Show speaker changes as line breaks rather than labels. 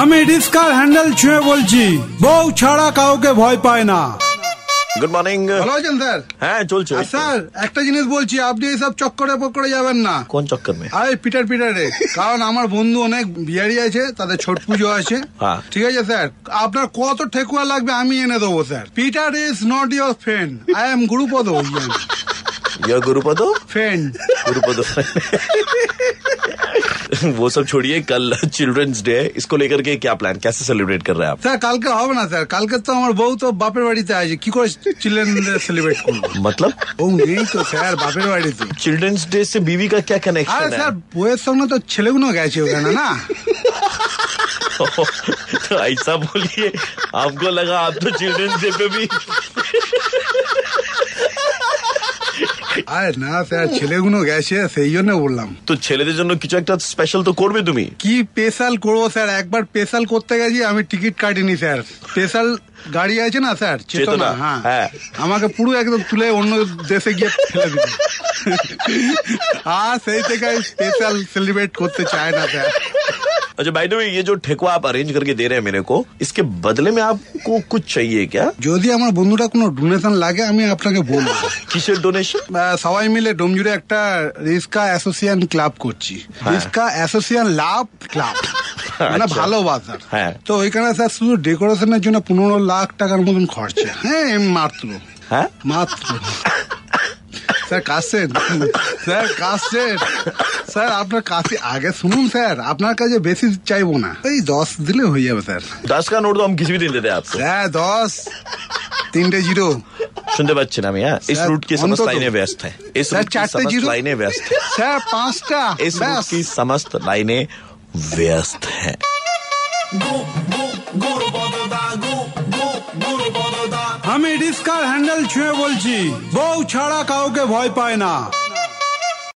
আমি ডিসকার হ্যান্ডেল ছুঁয়ে বলছি বউ ছাড়া কাউকে ভয় পায় না
গুড মর্নিং
ভালো আছেন স্যার
হ্যাঁ চলছে
আর স্যার একটা জিনিস বলছি আপনি এইসব চক্করে পকড়ে যাবেন না
কোন চক্কর মে
আরে পিটার পিটার রে কারণ আমার বন্ধু অনেক বিহারি আছে তাদের ছট পুজো আছে
হ্যাঁ।
ঠিক আছে স্যার আপনার কত ঠেকুয়া লাগবে আমি এনে দেবো sir Peter is not your friend I am Gurupada
या गुरुपद
ফ্রেন্ড
गुरुपद वो सब छोड़िए कल चिल्ड्रंस डे इसको लेकर के क्या प्लान कैसे सेलिब्रेट कर रहे हैं आप
স্যার কালকে হবে না স্যার কালকে তো আমার বউ তো বাপের বাড়িতে আছে কি করে চিলড্রেন সেলিব্রেট করবো
मतलब
বউ নেই তো স্যার বাপের বাড়িতে
चिल्ड्रंस डे से बीवी का क्या
আরে
कनेक्शन है
স্যার বউয়ের সঙ্গে তো ছেলেগুলো গেছে ওখানে না
तो ऐसा बोलिए आपको लगा आप तो चिल्ड्रंस डे पे भी
আরে না স্যার ছেলেগুলো গেছে সেই জন্য বললাম
তো ছেলেদের জন্য কিছু একটা স্পেশাল তো করবে তুমি
কি স্পেশাল করবো স্যার একবার স্পেশাল করতে গেছি আমি টিকিট কাটিনি স্যার স্পেশাল গাড়ি আছে না স্যার
চেতনা,
চেতনা
হ্যাঁ।
হ্যাঁ আমাকে পুরো একদম তুলে অন্য দেশে গিয়ে ফেলে দিল আর সেই থেকে স্পেশাল সেলিব্রেট করতে চায় না স্যার
अच्छा भाई वे ये जो ठेकुआ आप अरेंज करके दे रहे हैं मेरे को इसके बदले में आपको कुछ चाहिए क्या
যদি আমার বন্ধুটা কোনো ডোনেশন লাগে আমি আপনাকে বলবো
কিসের ডোনেশন
আহ, সবাই মিলে ডোমজুড়ে একটা রিস্কা অ্যাসোসিয়েশন ক্লাব করছি রিস্কা অ্যাসোসিয়েশন লাভ ক্লাব মানে
হ্যাঁ। আচ্ছা।
ভালোবাসা
হ্যাঁ।
তো ওইখানে স্যার শুধু ডেকোরেশনের জন্য পনেরো লাখ টাকার মতন খরচা হ্যাঁ এম মাত্র
হ্যাঁ
মাত্র sir Kashem sir Kashem sir আপনার কাছে আগে শুনুন স্যার আপনার কাছে বেশি চাইবো না এই দশ দিলে হয়ে যাবে স্যার
দশ का নোট तो हम किसी भी दिन देते हैं आपको
স্যার দশ তিনটে জিরো
শুনতে পাচ্ছেন আমি হ্যাঁ इस
Sir,
रूट की समस्त
অন্তত।
लाइनें व्यस्त हैं इस
Sir,
रूट की
चाटते
समस्त
जीरो।
लाइनें व्यस्त हैं
স্যার পাঁচটা
इस रूट
ব্যাস।
की समस्त लाइनें व्यस्त हैं
আমি ডিসকার হ্যান্ডেল ছুঁয়ে বলছি বউ ছাড়া কাউকে ভয় পায় না